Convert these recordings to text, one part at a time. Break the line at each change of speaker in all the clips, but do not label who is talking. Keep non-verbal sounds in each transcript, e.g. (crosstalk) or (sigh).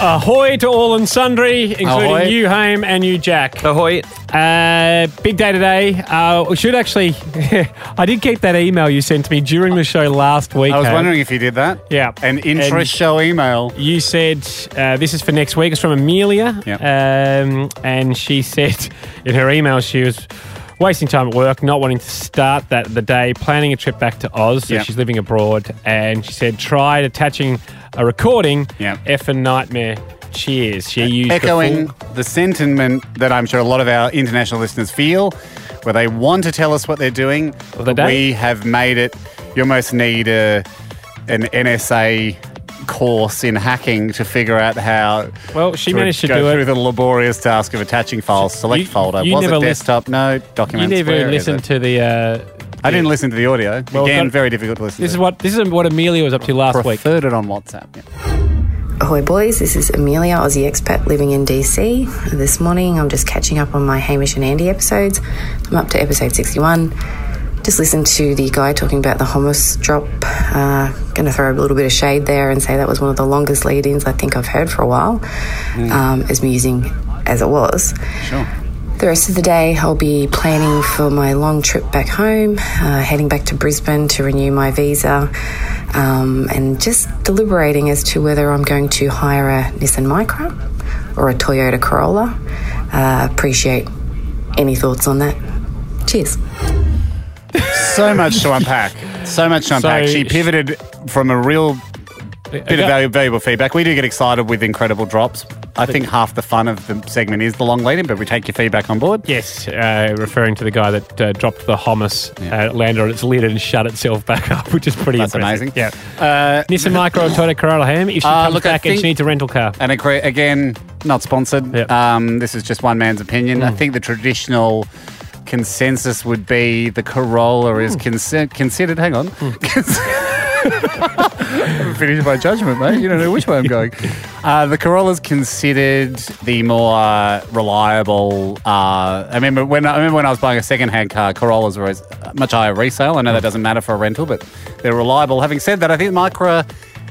Ahoy to all and sundry, including
Ahoy.
you, Home, and you, Jack.
Ahoy.
Uh, big day today. Uh, we should actually, (laughs) I did get that email you sent to me during the show last week.
I was
Home.
wondering if you did that.
Yeah.
An intro
And-
show email.
You said uh, this is for next week. It's from Amelia,
Yep.
um, and she (laughs) said in her email she was wasting time at work, not wanting to start that the day, planning a trip back to Oz. So
Yep.
she's living abroad, and she said tried attaching a recording.
Yep.
F and nightmare. Cheers. She used the
Echoing
full-
the sentiment that I'm sure a lot of our international listeners feel, where they want to tell us what they're doing.
Well, they
but
don't.
we have made it. You almost need a, an NSA course in hacking to figure out how.
Well, she
to
managed to
go
do it.
through the laborious task of attaching files, select
You-
folder.
you
Was
never
it
lis-
desktop? no.
You
Documents.
never
where is
listened
it?
to the. Uh,
I didn't listen to the audio.
Well,
Again,
that-
very difficult to listen.
this
to.
is what this is what Amelia was up to last week.
preferred it on WhatsApp. Yeah.
Ahoy, boys. This is Amelia, Aussie expat living in DC. This morning, I'm just catching up on my Hamish and Andy episodes. I'm up to episode 61. Just listened to the guy talking about the hummus drop. Uh, Going to throw a little bit of shade there and say that was one of the longest lead ins I think I've heard for a while, um, as amusing as it was.
Sure.
The rest of the day, I'll be planning for my long trip back home, uh, heading back to Brisbane to renew my visa, um, and just deliberating as to whether I'm going to hire a Nissan Micra or a Toyota Corolla. Uh, appreciate any thoughts on that. Cheers.
so much to unpack. So much to unpack.
So-
she pivoted from a real bit of valuable, valuable feedback. We do get excited with incredible drops. I think half the fun of the segment is the long lead in, but we take your feedback on board.
Yes, uh, referring to the guy that uh, dropped the hummus, uh, landed on its lid and shut itself back up, (laughs) which is pretty
That's
impressive.
amazing.
Yeah.
Uh, (laughs)
Nissan Micro or Toyota Corolla Ham, if she
Uh,
comes
look, I
back and
think-
she needs a rental car.
And agree, again, not sponsored.
Yep.
Um, this is just one man's opinion. I think the traditional consensus would be the Corolla is consi- considered. Hang on. (laughs) Haven't finished my judgment, mate. You don't know which way I'm going. (laughs) Uh, the Corolla's considered the more uh, reliable. Uh, I remember when I remember when I was buying a second-hand car, Corollas were always much higher resale. I know that doesn't matter for a rental, but they're reliable. Having said that, I think Micra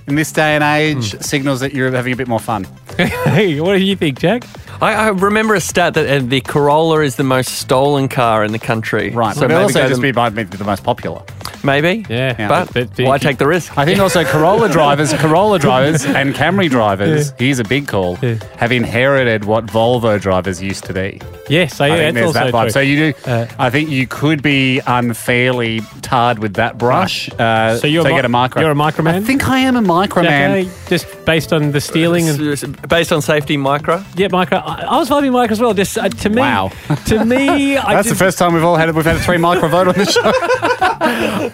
in this day and age signals that you're having a bit more fun.
(laughs) hey, what do you think, Jack?
I, I remember a stat that uh, the Corolla is the most stolen car in the country.
Right,
So
but it
maybe
also
go
just
to-
be might be the most popular.
maybe.
Yeah. Yeah.
But,
But- but-
why take the risk?
I think (laughs) also Corolla drivers, Corolla drivers, and Camry drivers. Here's a big call.
Yeah.
Have inherited what Volvo drivers used to be.
Yes, I,
I think
that's
there's
also
that vibe.
true.
So you do.
Uh,
I think you could be unfairly tarred with that brush. Uh,
So you're a mi-
get a micro.
you're a microman?
I think I am a
Jack,
microman.
eh, just based on the stealing and
S- s- Based on safety, micro.
yeah, micro. I, I was vibing micro as well. Just uh, to me,
Wow.
to me,
(laughs)
I
That's the
didn't-
first time we've all had we've had a three micro vote on the show.
Uh,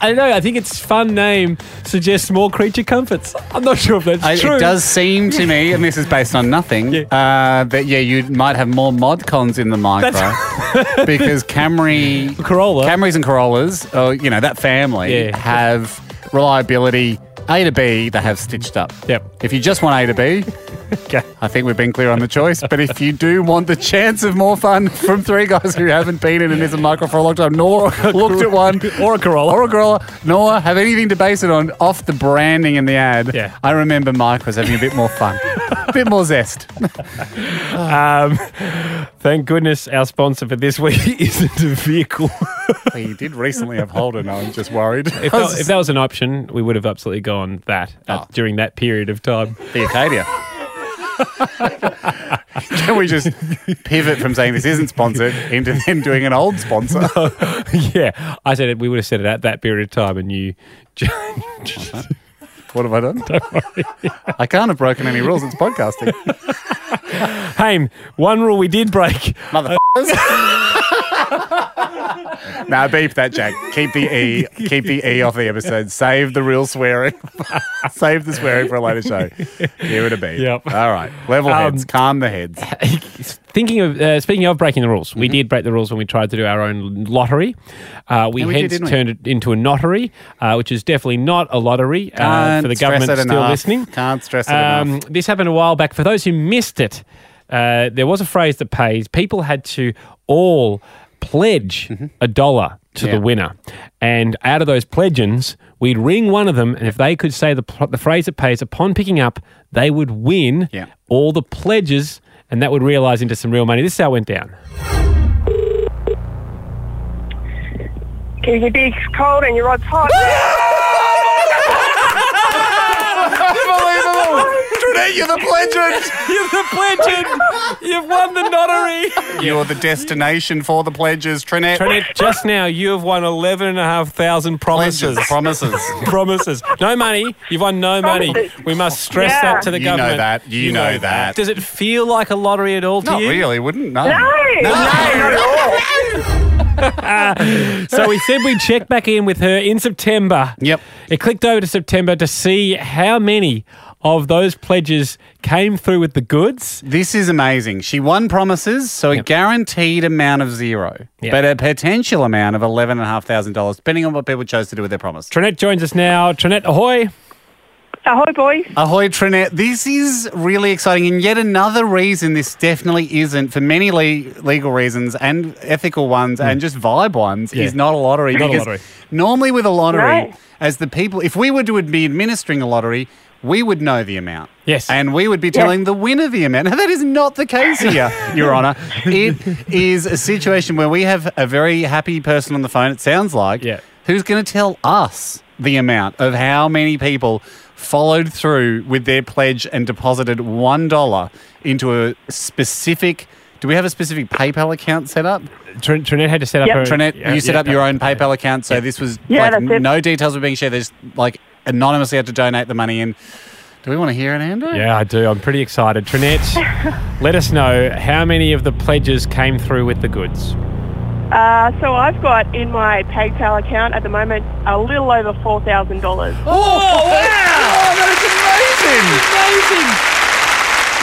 I don't know. I think its fun name suggests small creature comforts. I'm not sure if
(laughs)
that's
I-
true.
It does seem to me, and this is based on nothing,
Yeah.
Uh, that yeah, you might have more mod cons in the micro (laughs) because Camry,
Corolla.
Camrys and Corollas, oh, you know that family
Yeah.
have reliability. A to B, they have stitched up.
Yep.
If you just want A to B,
Okay.
I think we've been clear on the choice. But if you do want the chance of more fun from three guys who haven't been in an Nissan Micro for a long time, nor
(laughs)
looked at one,
Or a Corolla.
or a Corolla, nor have anything to base it on off the branding and the ad,
Yeah.
I remember Mike was having a bit more
(laughs)
fun, a bit more zest.
Um, (laughs) thank goodness our sponsor for this week (laughs) isn't a vehicle.
he did recently have Holden. I'm just worried.
if, that, if that was an option, we would have absolutely gone that uh,
Oh.
during that period of time. (laughs)
the Acadia. (laughs) Can we just pivot from saying this isn't sponsored into then doing an old sponsor?
(laughs) yeah, I said it, we would have said it at that period of time, and you. (laughs)
What have I done? I can't have broken any rules. It's podcasting.
Haim, one rule we did break.
Motherfuckers. Now beep that, Jack. Keep the e, keep the e off the episode. Save the real swearing. (laughs) Save the swearing for a later show. Here it a beep.
Yep.
All right. Level
Um,
heads. Calm the heads.
Thinking of uh, speaking of breaking the rules,
Mm-hmm.
we did break the rules when we tried to do our own lottery. Uh, we
Yeah, we did,
hence
didn't we?
turned it into a notary, uh, which is definitely not a lottery uh,
Can't
for the
stress
government
it
still
enough.
listening.
Can't stress it
Um,
enough.
this happened a while back. For those who missed it, uh, there was a phrase that pays. People had to all pledge a dollar
Mm-hmm.
to
Yeah.
the winner, and out of those pledgeons, we'd ring one of them, and if they could say the, pl- the phrase that pays upon picking up, they would win
Yeah.
all the pledges, and that would realise into some real money. This is how it went down.
Keep your dick's cold and your rod's hot.
Unbelievable. Trinette, you're the pledgeons.
You're the pledgeon. You've won the notary.
You're the destination for the pledges, Trinette.
Trinette, just now you have won eleven and a half thousand promises.
Pledges, promises.
(laughs) promises. No money. You've won no money.
Promises.
We must stress
Yeah.
that to the
You know
government.
that. You know that.
Does it feel like a lottery at all to
Not
you?
really, wouldn't? No.
No, no, not at all.
So we said we'd check back in with her in September.
Yep.
It clicked over to September to see how many of those pledges came through with the goods.
This is amazing. She won promises, so a guaranteed amount of zero,
Yeah.
but a potential amount of $11,500, depending on what people chose to do with their promise.
Trinette joins us now. Trinette, ahoy.
Ahoy, Uh, boys.
Ahoy, Trinette. This is really exciting, and yet another reason this definitely isn't, for many le- legal reasons and ethical ones and just vibe ones,
Hmm. Yeah.
is not a lottery.
Not a
because
lottery.
Normally, with a lottery,
No.
as the people, if we were to be administering a lottery, we would know the amount.
Yes.
And we would be telling the winner the amount. That is not the case
(laughs)
here, Your Honour. It is a situation where we have a very happy person on the phone, it sounds like,
Yeah.
who's going to tell us the amount of how many people followed through with their pledge and deposited $1 into a specific. Do we have a specific PayPal account set up?
Trin- Trinette had to set up
Yep.
her.
Trinette,
Uh, Yeah,
you set
yeah.
up your own PayPal account, so this was
Yeah,
like
that's it.
no details were being shared. There's like anonymously had to donate the money in. Do we want to hear it, Andrew?
Yeah, I do. I'm pretty excited. Trinette,
(laughs)
let us know how many of the pledges came through with the goods.
Uh, so I've got in my PayPal account at the moment a little over four thousand dollars.
Oh, wow! that
Amazing.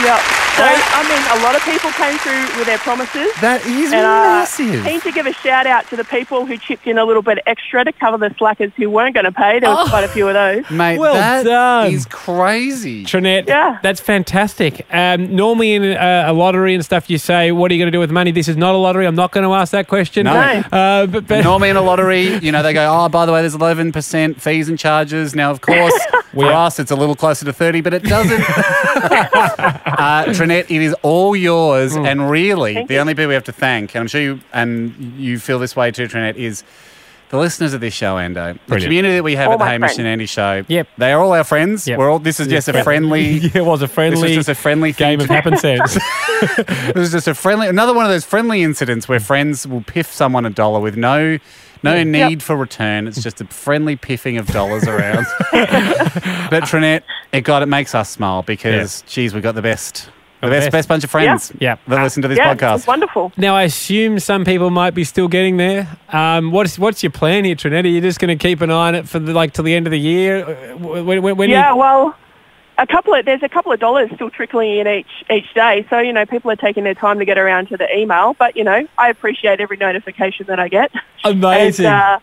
Yep. So I mean, a lot of people came through with their promises.
is amazing! That is
And uh, I
massive.
keen to give a shout out to the people who chipped in a little bit extra to cover the slackers who weren't going to pay. There
Oh.
was quite a few of those.
Mate,
Well
that
done.
is crazy.
Trinette,
Yeah.
that's fantastic. Um, normally in a, a lottery and stuff, you say, "What are you going to do with money?" This is not a lottery. I'm not going to ask that question.
No.
No.
Uh, but, but
Normally
(laughs)
in a lottery, you know, they go, oh, by the way, there's 11% fees and charges. Now, of
(laughs)
course, for
are-
us, it's a little closer to 30, but it
(laughs)
doesn't. uh, Trinette, it is all yours.
Mm.
And really,
Thank
the
you.
only people we have to thank, and I'm sure you, and you feel this way too, Trinette, is the listeners of this show, Ando. The
Brilliant.
community that we have
All
at the
my
Hamish and
friends.
Andy show.
Yep.
They are all our friends.
Yep.
We're all, this is just a
Yeah. (laughs)
friendly.
Yeah, it was a
This
friendly
is
(laughs)
just a friendly thing
game of
(laughs)
happen sense.
It was just a friendly, another one of those friendly incidents where friends will piff someone a dollar with no, no need for return. It's just a friendly piffing of dollars around. but Trinette, it God, it makes us smile because, geez, we got the best, the best,
best.
best bunch of friends
Yeah.
that listen to this
yeah, it's
podcast.
wonderful.
now, I assume some people might be still getting there. Um, what's what's your plan here, Trinette? Are you just going to keep an eye on it for the, like till the end of the year? Uh, When, when, when
yeah,
you-
well, a couple of there's a couple of dollars still trickling in each each day, so you know people are taking their time to get around to the email. But you know, I appreciate every notification that I get.
Amazing.
And, uh,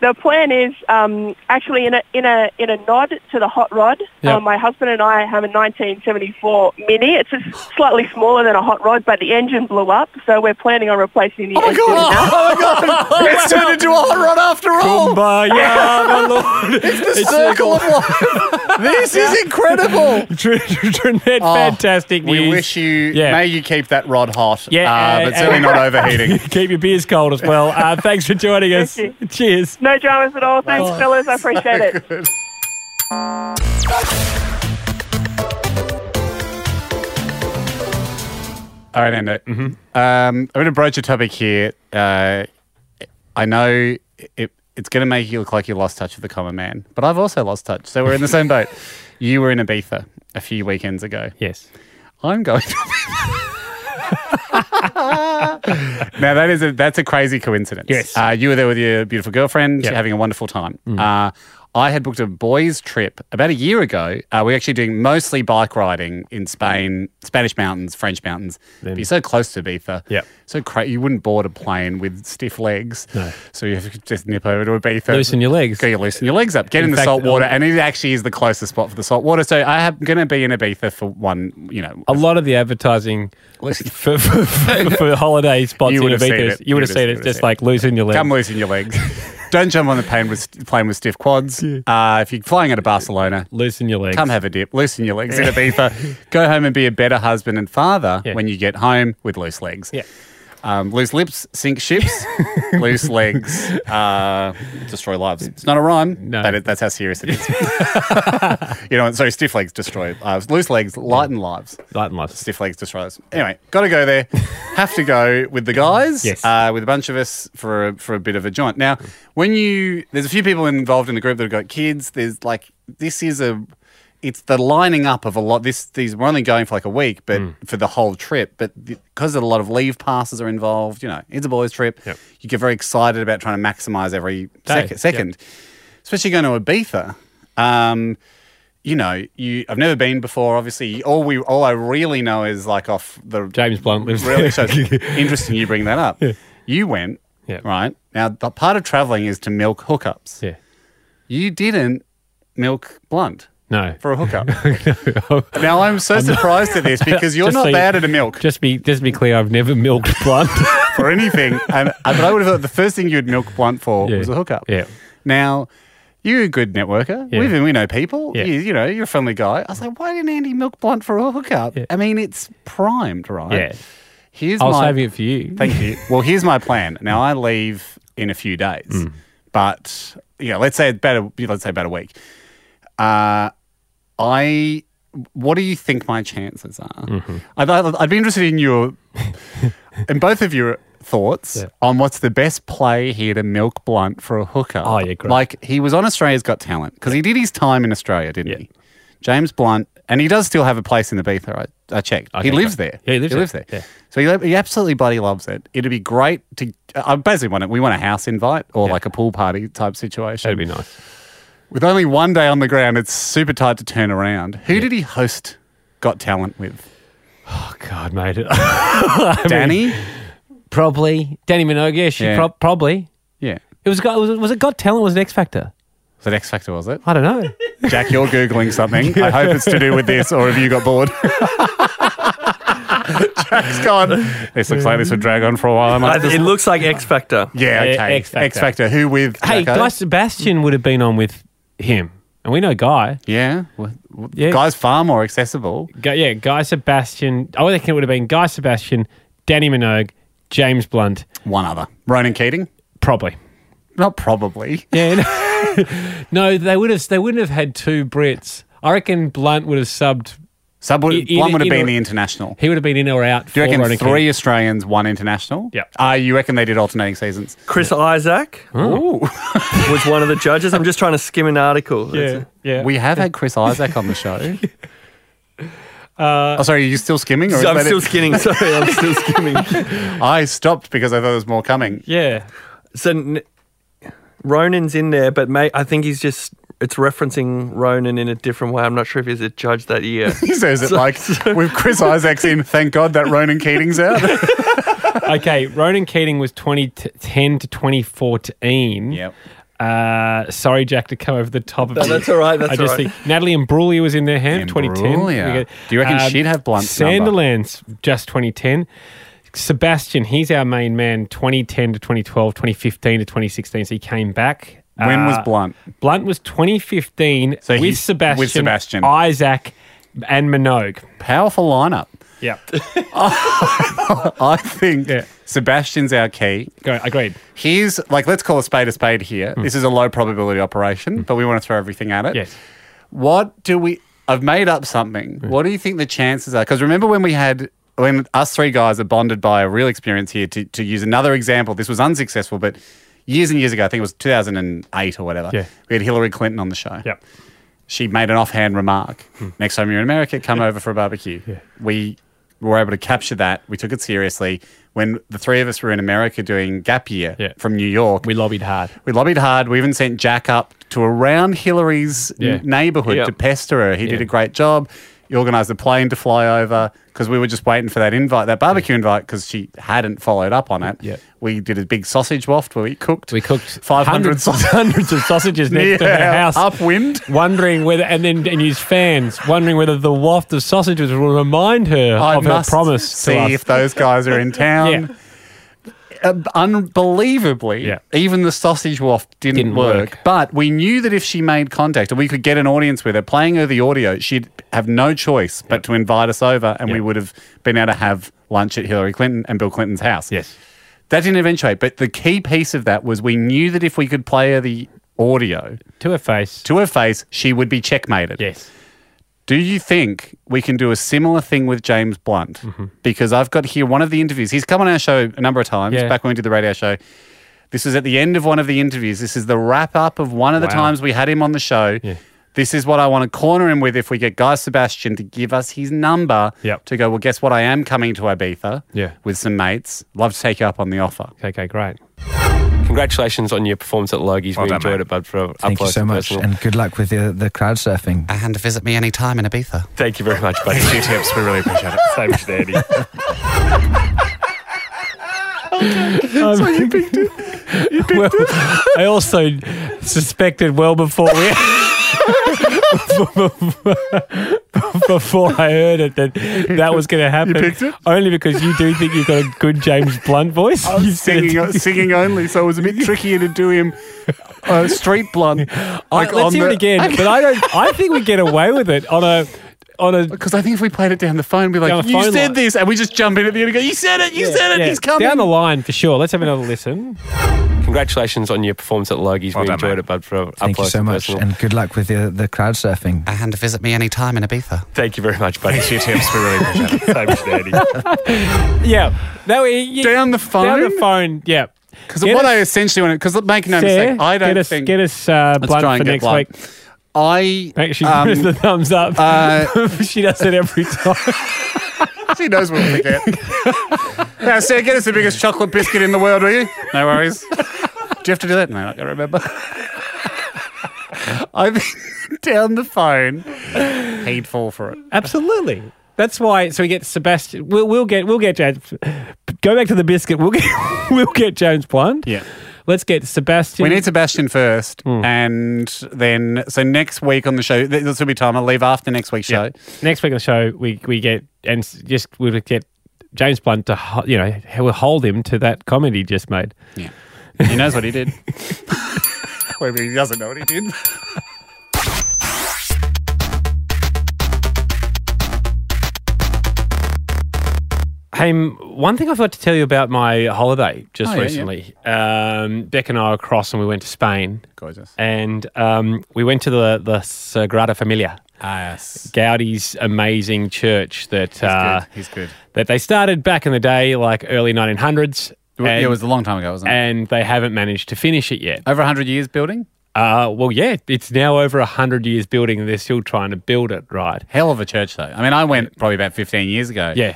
the plan is um, actually in a in a in a nod to the hot rod.
Yep.
Um, my husband and I have a 1974 Mini. It's just slightly smaller than a hot rod, but the engine blew up, so we're planning on replacing the engine.
Oh my God! It's turned into a hot rod after all.
Kumbaya,
(laughs)
my lord. uh,
It's the circle of life. this is incredible.
Trin- Trinette,
Oh,
fantastic
We
news.
wish you.
Yeah.
May you keep that rod hot.
Yeah,
uh,
and-
but certainly
and-
not
(laughs)
overheating.
Keep your beers cold as well. Uh, thanks for joining
(laughs)
us.
Thank
Cheers.
No dramas at all. Thanks, fellas. I appreciate it.
All right, Ando. Um, I'm going to broach a topic here. Uh, I know it, it's going to make you look like you lost touch with the common man, but I've also lost touch. So we're in the same
(laughs)
boat. You were in Ibiza a few weekends ago.
Yes.
I'm going. Now that is a that's a crazy coincidence.
Yes.
uh, you were there with your beautiful girlfriend,
Yeah. Mm.
having a wonderful time. Uh, I had booked a boys' trip about a year ago. Uh, we're actually doing mostly bike riding in Spain, Spanish mountains, French mountains. But you're so close to Ibiza.
Yep.
So cra- you wouldn't board a plane with stiff legs. No. So you have to just nip over to Ibiza.
Loosen your legs.
Go you loosen your legs up. Get in, the
fact,
salt water,
um,
and it actually is the closest spot for the salt water. So I am going to be in Ibiza for one. You know,
A lot of the advertising (laughs) for, for, for, for holiday spots
You
in
would've seen
Ibiza,
it.
you would have
You'd have-
seen it.
you'd
Just
have
like losing your leg.
Come loosen your legs. Don't jump on the plane with plane with stiff quads. Uh, if you're flying out of Barcelona,
Loosen your legs.
come have a dip. Loosen your legs in Ibiza. Go home and be a better husband and father
Yeah.
when you get home with loose legs.
(laughs) Yeah.
Um, loose lips sink ships. loose legs uh, destroy lives. It's not a rhyme.
No.
but it- that's how serious it is. (laughs) you know, sorry, stiff legs destroy lives. Loose legs lighten lives
Lighten lights.
stiff legs destroy us. Anyway, got to go
(laughs)
there. Have to go with the guys.
Yes.
Uh, with a bunch of us for a, for a bit of a joint. Now, when you there's a few people involved in the group that have got kids. There's like this is a it's the lining up of a lot. This these we're only going for like a week, but
Mm.
for the whole trip. But because a lot of leave passes are involved, you know, it's a boys' trip.
Yep.
You get very excited about trying to maximize every
Day.
sec- second, especially going to Ibiza. Um, you know, you I've never been before. Obviously, all we all I really know is like off the
James Blunt lives
Really, so
(laughs) there.
it's interesting you bring that up. You went,
Yeah.
right? Now, the part of traveling is to milk hookups.
(laughs) yeah.
You didn't milk blunt
No.
for a
(laughs)
hookup. now, I'm so surprised at this because you're
Just
not
so you-
bad at a milk
Just be just be clear. I've never milked (laughs) blunt.
for anything. And uh, but I would have thought the first thing you'd milk blunt for
Yeah.
was a hookup.
Yeah.
Now, you're a good networker.
Yeah.
We, we know people.
Yeah.
You, you know, you're a friendly guy. I was like, why didn't Andy milk blunt for a hookup? I mean, it's primed, right?
Yeah.
Here's
I was
my,
saving it for you.
Thank
(laughs)
you. Well, here's my plan. Now I leave in a few days,
Mm.
but you know, let's say about a, let's say about a week. Uh, I, what do you think my chances are?
Mm-hmm.
I'd, I'd I'd be interested in your, in both of your thoughts
Yeah.
on what's the best play here to milk blunt for a hooker.
Oh, yeah, great.
Like he was on Australia's Got Talent because he did his time in Australia, didn't
Yeah.
he? James Blunt, and he does still have a place in the Beetha. I, I checked.
Okay,
he lives
great.
there.
Yeah, he lives there.
there.
Yeah.
So he, he absolutely bloody loves it. It'd be great to. uh, I basically want it. We want a house invite or like a pool party type
That'd
situation.
be nice.
With only one day on the ground, it's super tight to turn around. Who did he host Got Talent with?
(laughs) Oh God, mate. (laughs)
Danny.
probably Danny Minogue. Yeah, she
Yeah.
prob- probably.
yeah.
It was got was, it- was it Got Talent? Was it X Factor?
Was it X Factor?
(laughs)
Was it?
I
(laughs)
don't know.
Jack, you're googling something. I hope it's to do with this, or have you got bored? (laughs) Jack's gone. This looks like this would drag on for a while. I might
Uh,
just-
it looks like X Factor.
yeah,
Yeah,
okay.
X Factor.
X Factor. Who with?
hey,
Jacko?
Guy Sebastian would have been on with him, and we know Guy.
Yeah. Well, well,
Yeah.
Guy's far more accessible.
Guy yeah, Guy Sebastian. I would think it would have been Guy Sebastian, Danny Minogue, James Blunt,
One other. Ronan Keating?
probably.
Not probably.
Yeah. no- No, they would have. They wouldn't have had two Brits. I reckon Blunt would have subbed.
Sub would,
In- in-
one would have
in-
been the international.
He would have been in or out.
Do you
for
reckon
Ronan
three
Keating.
Australians, one international?
Yeah.
Uh, you reckon they did alternating seasons?
Chris Isaac was one of the judges. I'm just trying to skim an article.
Yeah,
That's-
yeah.
We have had Chris Isaac on the show. oh, sorry, are you still skimming? Or is
I'm
that
still
it? (laughs)
skimming. Sorry, I'm still skimming.
I stopped because I thought there was more coming.
yeah.
So n- Ronan's in there, but mate, I think he's just it's referencing Ronan in a different way. I'm not sure if he's a judge that year.
He says it like, with Chris Isaac's in, thank God that Ronan Keating's out.
okay, Ronan Keating was 2010 to 2014.
Yep.
Uh, sorry, Jack, to come over the top of
No,
you.
that's all right, that's
I just
all right.
think Natalie Imbruglia was in their hand, 2010.
Imbruglia.
We get- um,
Do you reckon she'd have Blunt's
Sanderlands, just 2010. Sebastian, he's our main man, 2010 to 2012, 2015 to 2016. So he came back.
When was
Uh,
Blunt?
Blunt was 2015
So
with,
he's-
Sebastian,
with Sebastian.
Isaac, and Minogue.
Powerful lineup.
(laughs)
Yeah,
I think
Yeah.
Sebastian's our key.
Go, agreed.
Here's like let's call a spade a spade here. This is a low probability operation, but we want to throw everything at it.
Yes.
What do we I've made up something. What do you think the chances are? Because remember when we had when us three guys are bonded by a real experience here to, to use another example, this was unsuccessful, but years and years ago, I think it was two thousand and eight or whatever.
Yeah.
We had Hillary Clinton on the show.
Yep. Hmm.
She made an offhand remark. Next time you're in America, come over for a barbecue. We were able to capture that. We took it seriously. When the three of us were in America doing gap year
Yeah.
from New York,
We lobbied hard.
we lobbied hard. We even sent Jack up to around Hillary's
Yeah.
neighborhood
Yeah.
to pester her. He did
Yeah.
a great job. He organized a plane to fly over because we were just waiting for that invite, that barbecue invite, because she hadn't followed up on it.
Yeah.
We did a big sausage waft where we cooked.
We cooked
500
hundreds, (laughs) hundreds of sausages next to her
Yeah,
house,
upwind.
wondering whether, and then and used fans, wondering whether the waft of sausages will remind her
I
of her
must
promise
see
to us.
if those guys are in
(laughs)
town.
Yeah.
Uh, Unbelievably,
Yeah.
even the sausage waft didn't,
Didn't
work.
work.
But we knew that if she made contact and we could get an audience with her, playing her the audio, she'd have no choice but to invite us over, and we
Yeah.
would have been able to have lunch at Hillary Clinton and Bill Clinton's house.
Yes.
that didn't eventuate. But the key piece of that was we knew that if we could play her the audio
to her face.
to her face, she would be checkmated.
yes.
Do you think we can do a similar thing with James Blunt?
Mm-hmm.
Because I've got here one of the interviews. He's come on our show a number of times
Yeah.
back when we did the radio show. This is at the end of one of the interviews. This is the wrap up of one of the
Wow.
times we had him on the show.
Yeah.
This is what I want to corner him with if we get Guy Sebastian to give us his number
Yep.
to go, well, guess what? I am coming to Ibiza
Yeah.
with some mates. Love to take you up on the offer.
Okay, great.
Congratulations on your performance at Logies. we enjoyed it, bud. For
Thank you so much, and good luck with the, the crowd surfing.
And visit me anytime in
(laughs)
Ibiza.
Thank you very much, buddy. Two tips. We really appreciate it. So much, Andy.
so you picked it. You picked it. I also suspected well before we. (laughs) before I heard it, that that was going to happen.
picked it?
Only because you do think you've got a good James Blunt voice.
I was
You said-
singing, uh, singing only, so it was a
(laughs)
bit trickier to do him uh, street blunt.
I, let's hear it again. But I don't. I think we get away with it on a on a
Because I think if we played it down the phone, we'd be
Down
like,
the
"You
phone
said
line."
this," and we just jump in at the end and go, "You said it! You said it!
yeah,
He's coming!"
down the line for sure. Let's have another listen.
Congratulations on your performance at Logies. we enjoyed it, bud. For
Thank you so much, and good luck with the, the crowd surfing.
And visit me anytime in Ibiza.
Thank you very much, buddy. Two tips. We really appreciate it. So much, Andy.
Yeah, that way you,
Down the
down
phone.
the phone. Yeah,
Because
Get
what
us-
I essentially wanted, because make no
Sarah,
mistake, I don't
get us,
think
get us uh,
Let's
Blunt
try
for
and get
next
Blunt.
week.
I
Actually,
um, (laughs)
gives (laughs) the thumbs up.
uh,
(laughs) she does it
(laughs)
every time.
she knows what we get. (laughs) now, Sarah, get us the biggest chocolate biscuit in the world, will you? No
(laughs)
worries. do you have to do that? No, I can't remember. (laughs) I think (laughs) down the phone, he'd fall for it.
Absolutely. That's why. So we get Sebastian. We'll, we'll get. We'll get James. Go back to the biscuit. We'll get. (laughs) We'll get James Blunt.
Yeah.
Let's get Sebastian.
We need Sebastian first, and then so next week on the show, th- this will be time. I'll leave after next week's show.
next week on the show. We we get and s- just we'll get James Blunt to ho- you know we'll hold him to that comment he just made.
Yeah, he knows what he (laughs) did. Well, he doesn't know what he did.
Hey, m- one thing I forgot to tell you about my holiday just
Oh, yeah, yeah.
recently. Um, Beck and I were across and we went to Spain.
Gorgeous.
And um, we went to the the Sagrada Familia. Gaudi's amazing church that uh,
He's good.
that they started back in the day, like early 1900s, and,
it was a long time ago, wasn't it?
and they haven't managed to finish it yet.
Over hundred years building.
Uh, well, yeah, it's now over hundred years building, and they're still trying to build it right.
Hell of a church, though. I mean, I went probably about fifteen years ago. (laughs)
Yeah,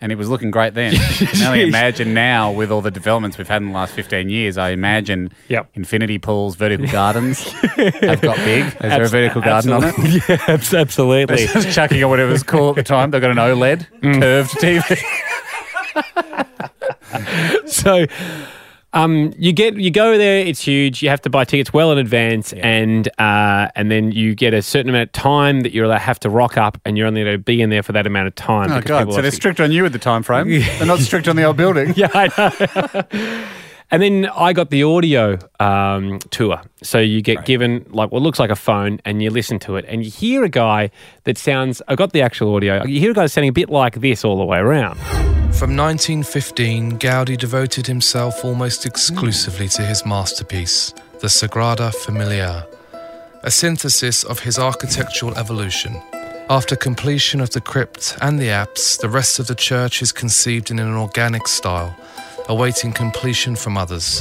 and it was looking great (laughs) then. I can only (laughs) imagine now with all the developments we've had in the last fifteen years. I imagine
Yep.
infinity pools, vertical (laughs) gardens have got big. Is there a
Abs-
vertical garden on it?
absolutely. Yeah, abs- absolutely.
It's just chucking or whatever it's called at the time. They've got an (laughs) OLED curved TV.
(laughs) so um, you get you go there it's huge you have to buy tickets well in advance and uh, and then you get a certain amount of time that you're allowed have to rock up and you're only going to be in there for that amount of time
Oh
because
god!
people
So
are
they're
sick.
strict on you at the time frame. They're not strict on the old building.
(laughs) yeah I know. and then I got the audio um, tour so you get given like what looks like a phone and you listen to it and you hear a guy that sounds I got the actual audio you hear a guy sounding a bit like this all the way around
From 1915, Gaudi devoted himself almost exclusively to his masterpiece, the Sagrada Familia, a synthesis of his architectural evolution. After completion of the crypt and the apse, the rest of the church is conceived in an organic style, awaiting completion from others.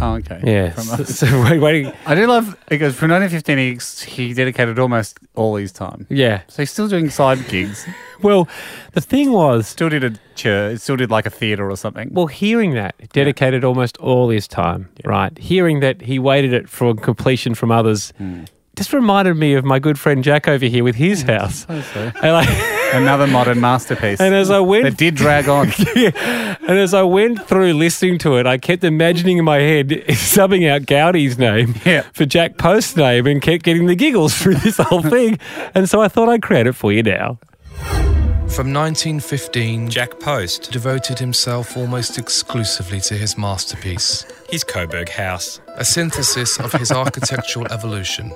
Oh, okay.
Yeah.
From
(laughs) So,
us.
wait, wait.
I do love it goes from 1915. He, ex- he dedicated almost all his time.
Yeah.
So he's still doing side gigs.
well, the thing was,
still did a church, still did like a theater or something.
Well, hearing that dedicated almost all his time, right? Hearing that he waited it for completion from others just reminded me of my good friend Jack over here with his house. (laughs) And I-
Another modern masterpiece.
And as I went,
that did drag
(laughs)
on.
yeah. And as I went through listening to it, I kept imagining in my head (laughs) subbing out Gowdy's name for Jack Post's name, and kept getting the giggles (laughs) through this whole thing. And so I thought I'd create it for you now.
From 1915, Jack Post devoted himself almost exclusively to his masterpiece,
His Coburg house.
a synthesis of
(laughs)
his architectural evolution.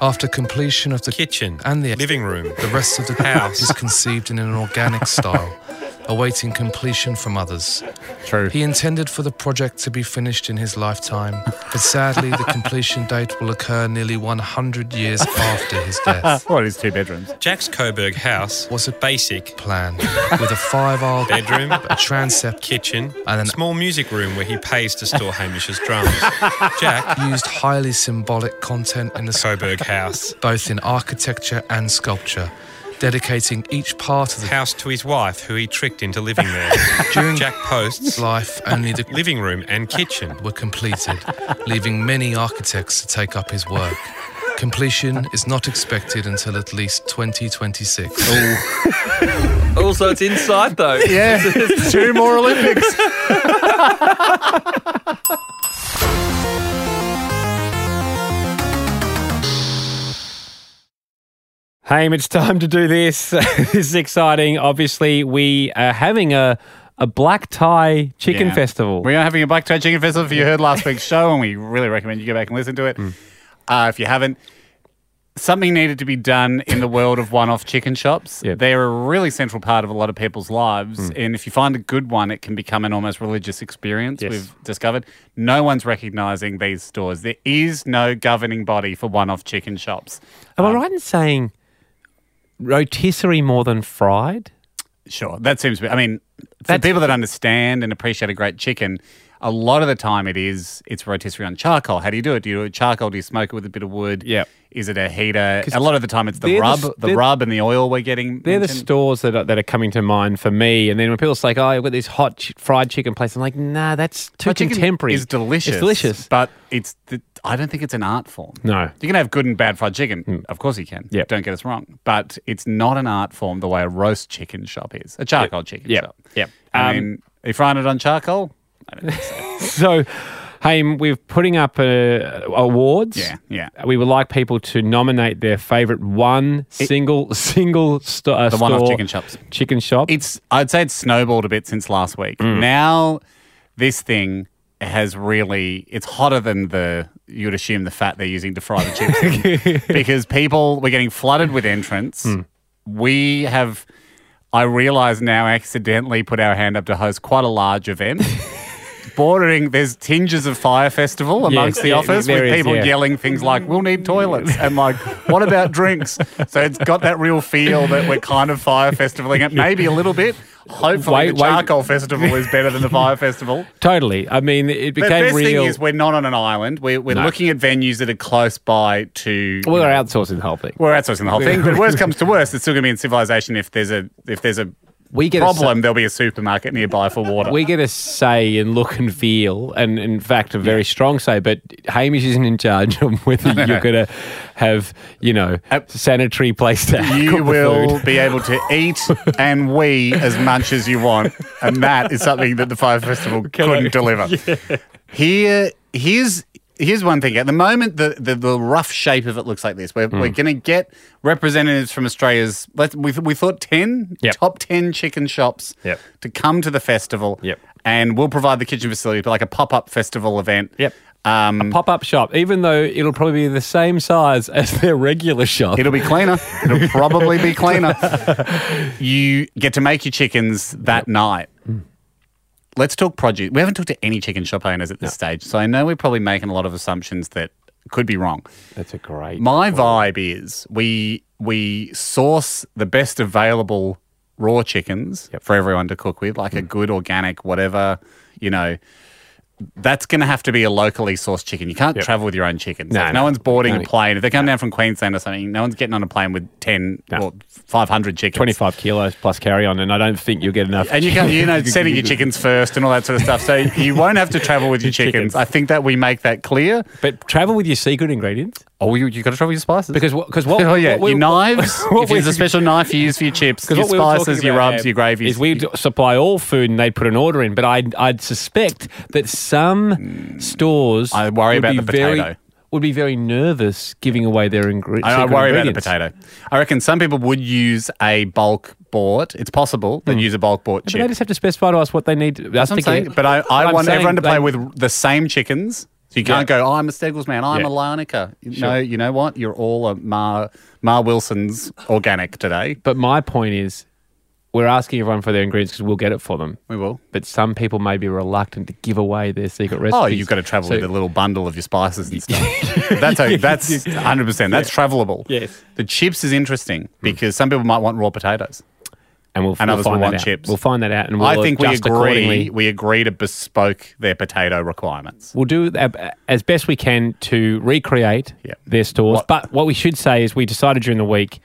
After completion of the kitchen and the living room, the rest of the
(laughs)
house is conceived in an organic style, awaiting completion from others.
True.
He intended for the project to be finished in his lifetime, but sadly, the completion date will occur nearly 100 years after his death.
Well, it is two bedrooms.
Jack's Coburg house was a basic
plan with a five-aisle
bedroom,
a transept,
kitchen,
and an
small music room where he pays to store Hamish's drums.
(laughs)
Jack
used highly symbolic content in the
Coburg house,
both in architecture and sculpture, dedicating each part of the
house to his wife, who he tricked into living there.
(laughs)
During
Jack Post's
life, only the
living room and kitchen.
were completed, leaving many architects to take up his work. Completion is not expected until at least 2026.
(laughs) also, it's inside though.
Yeah, (laughs) two more Olympics.
Haim, it's time to do this. (laughs) this is exciting. Obviously, we are having a a black tie chicken
Yeah.
festival.
We are having a Black Tie Chicken Festival. If you heard last week's show, and we really recommend you go back and listen to it.
Mm.
Uh, if you haven't, something needed to be done in the world of one off chicken shops.
Yeah. Mm.
They're a really central part of a lot of people's lives. And if you find a good one, it can become an almost religious experience,
Yes.
we've discovered. No one's recognizing these stores. There is no governing body for one off chicken shops.
Am I right in saying rotisserie more than fried?
Sure, that seems. I mean, for people that understand and appreciate a great chicken, a lot of the time it is it's rotisserie on charcoal. How do you do it? Do you do it charcoal? Do you smoke it with a bit of wood?
Yep.
Is it a heater?
'Cause
A lot of the time it's the
they're the
rub,
s-
the,
they're-
rub and the oil we're getting.
They're the
mentioned.
stores that are, that are coming to mind for me. And then when people say, like, "Oh, I've got this hot ch- fried chicken place," I'm like, "Nah, that's too
But chicken
contemporary."
Is delicious.
It's delicious.
but it's. The, I don't think it's an art form.
No. Hmm.
You can have good and bad fried chicken. Of course you can.
Yep.
Don't get us wrong. But it's not an art form the way a roast chicken shop is. A charcoal chicken
Yep.
shop.
Yep.
I
Um,
mean, are you frying it on charcoal? I don't think so.
(laughs) So, Haim, we're putting up uh, awards.
Yeah, yeah.
We would like people to nominate their favorite one single single sto- uh,
The
store
one-off chicken shops.
Chicken shop.
It's I'd say it's snowballed a bit since last week.
Mm.
Now this thing has really it's hotter than the you'd assume the fat they're using to fry the chips
(laughs)
in. because people were getting flooded with entrants.
Hmm.
We have I realise now accidentally put our hand up to host quite a large
(laughs)
event. Bordering, there's tinges of fire festival amongst the
yeah,
office
there
with
is,
people
yeah.
yelling things like, we'll need toilets. And like, what about drinks? So it's got that real feel that we're kind of fire festivaling it, maybe a little bit. Hopefully,
Wait,
the
wait.
charcoal festival is better than the fire
(laughs)
festival.
totally. I mean, it
The
became
best
real.
thing is, we're not on an island. We're, we're
No.
looking at venues that are close by to.
we
you
are
know,
outsourcing the whole thing.
We're outsourcing the whole thing. But worst comes to worst, it's still going to be in civilization. If there's a if there's a
We get a su-
problem, there'll be a supermarket nearby for water.
We get a say in look and feel, and in fact, a very strong say. But Hamish isn't in charge
(laughs)
of whether you're going to have, you know, sanitary place to (laughs) cook the
you will
food.
be able to eat and wee as much as you want. And that is something that the Fire Festival couldn't deliver.
(laughs)
Here, here's. Here's one thing. At the moment, the, the, the rough shape of it looks like this. We're,
Hmm.
we're going to get representatives from Australia's, let's, we, we thought 10,
Yep.
top 10 chicken shops
Yep.
to come to the festival.
Yep.
And we'll provide the kitchen facility, but like a pop up festival event.
Yep.
Um,
Pop up shop, even though it'll probably be the same size (laughs) as their regular shop.
It'll be cleaner. (laughs) It'll probably be cleaner. you get to make your chickens that night. Let's talk produce. We haven't talked to any chicken shop owners at this stage, so I know we're probably making a lot of assumptions that could be wrong.
That's a great.
My vibe is we we source the best available
Mm.
raw chickens for everyone to cook with, like a good organic whatever, you know, that's going to have to be a locally sourced chicken. You can't travel with your own chicken. So
No,
if
no.
no, one's boarding
No.
a plane. If they come down from Queensland or something, no one's getting on a plane with 10 or 500 chickens.
25 kilos plus carry on, and I don't think you'll get enough.
And you can you
(laughs)
know, setting your chickens first and all that sort of stuff. So you won't have to travel
(laughs)
with your chickens. I think that we make that clear.
But travel with your secret ingredients.
Oh, you you got to travel with your spices
because because what?
(laughs) oh yeah,
what we-
your knives.
(laughs) what
if it's
we-
a special knife you use for your
(laughs)
chips, your
Because what we were
spices,
talking
your
about,
rubs,
Ab,
your gravies.
Is we supply all food and they put an order in, but I'd, I'd suspect that some stores. I
Hmm. worry about the potato.
Very, would be very nervous giving away their ingre-
I, I
secret
worry about the
ingredients.
potato. I reckon some people would use a bulk bought. It's possible they use a bulk bought
Hmm. But they
chip.
just have to specify to us what they need.
That's what I'm saying. But I, I want everyone to play with the same chickens. So you
Yeah.
can't go, "Oh, I'm a Steggles man, I'm
Yeah.
a Larnaca. You
Sure.
No, you know what? You're all a Mar, Mar Wilson's organic today.
But my point is, we're asking everyone for their ingredients because we'll get it for them.
We will.
But some people may be reluctant to give away their secret recipes.
Oh, you've got to travel
So-
with a little bundle of your spices
(laughs)
and stuff. that's a, that's 100. percent That's travelable.
Yes. Hmm.
The chips is interesting because some people might want raw potatoes.
And we'll,
and
we'll
others will
find that
want
out.
chips.
We'll find that out, and we'll
I think we
adjust
agree.
accordingly.
We agree to bespoke their potato requirements.
We'll do ab- as best we can to recreate their stores. But what we should say is we decided during the week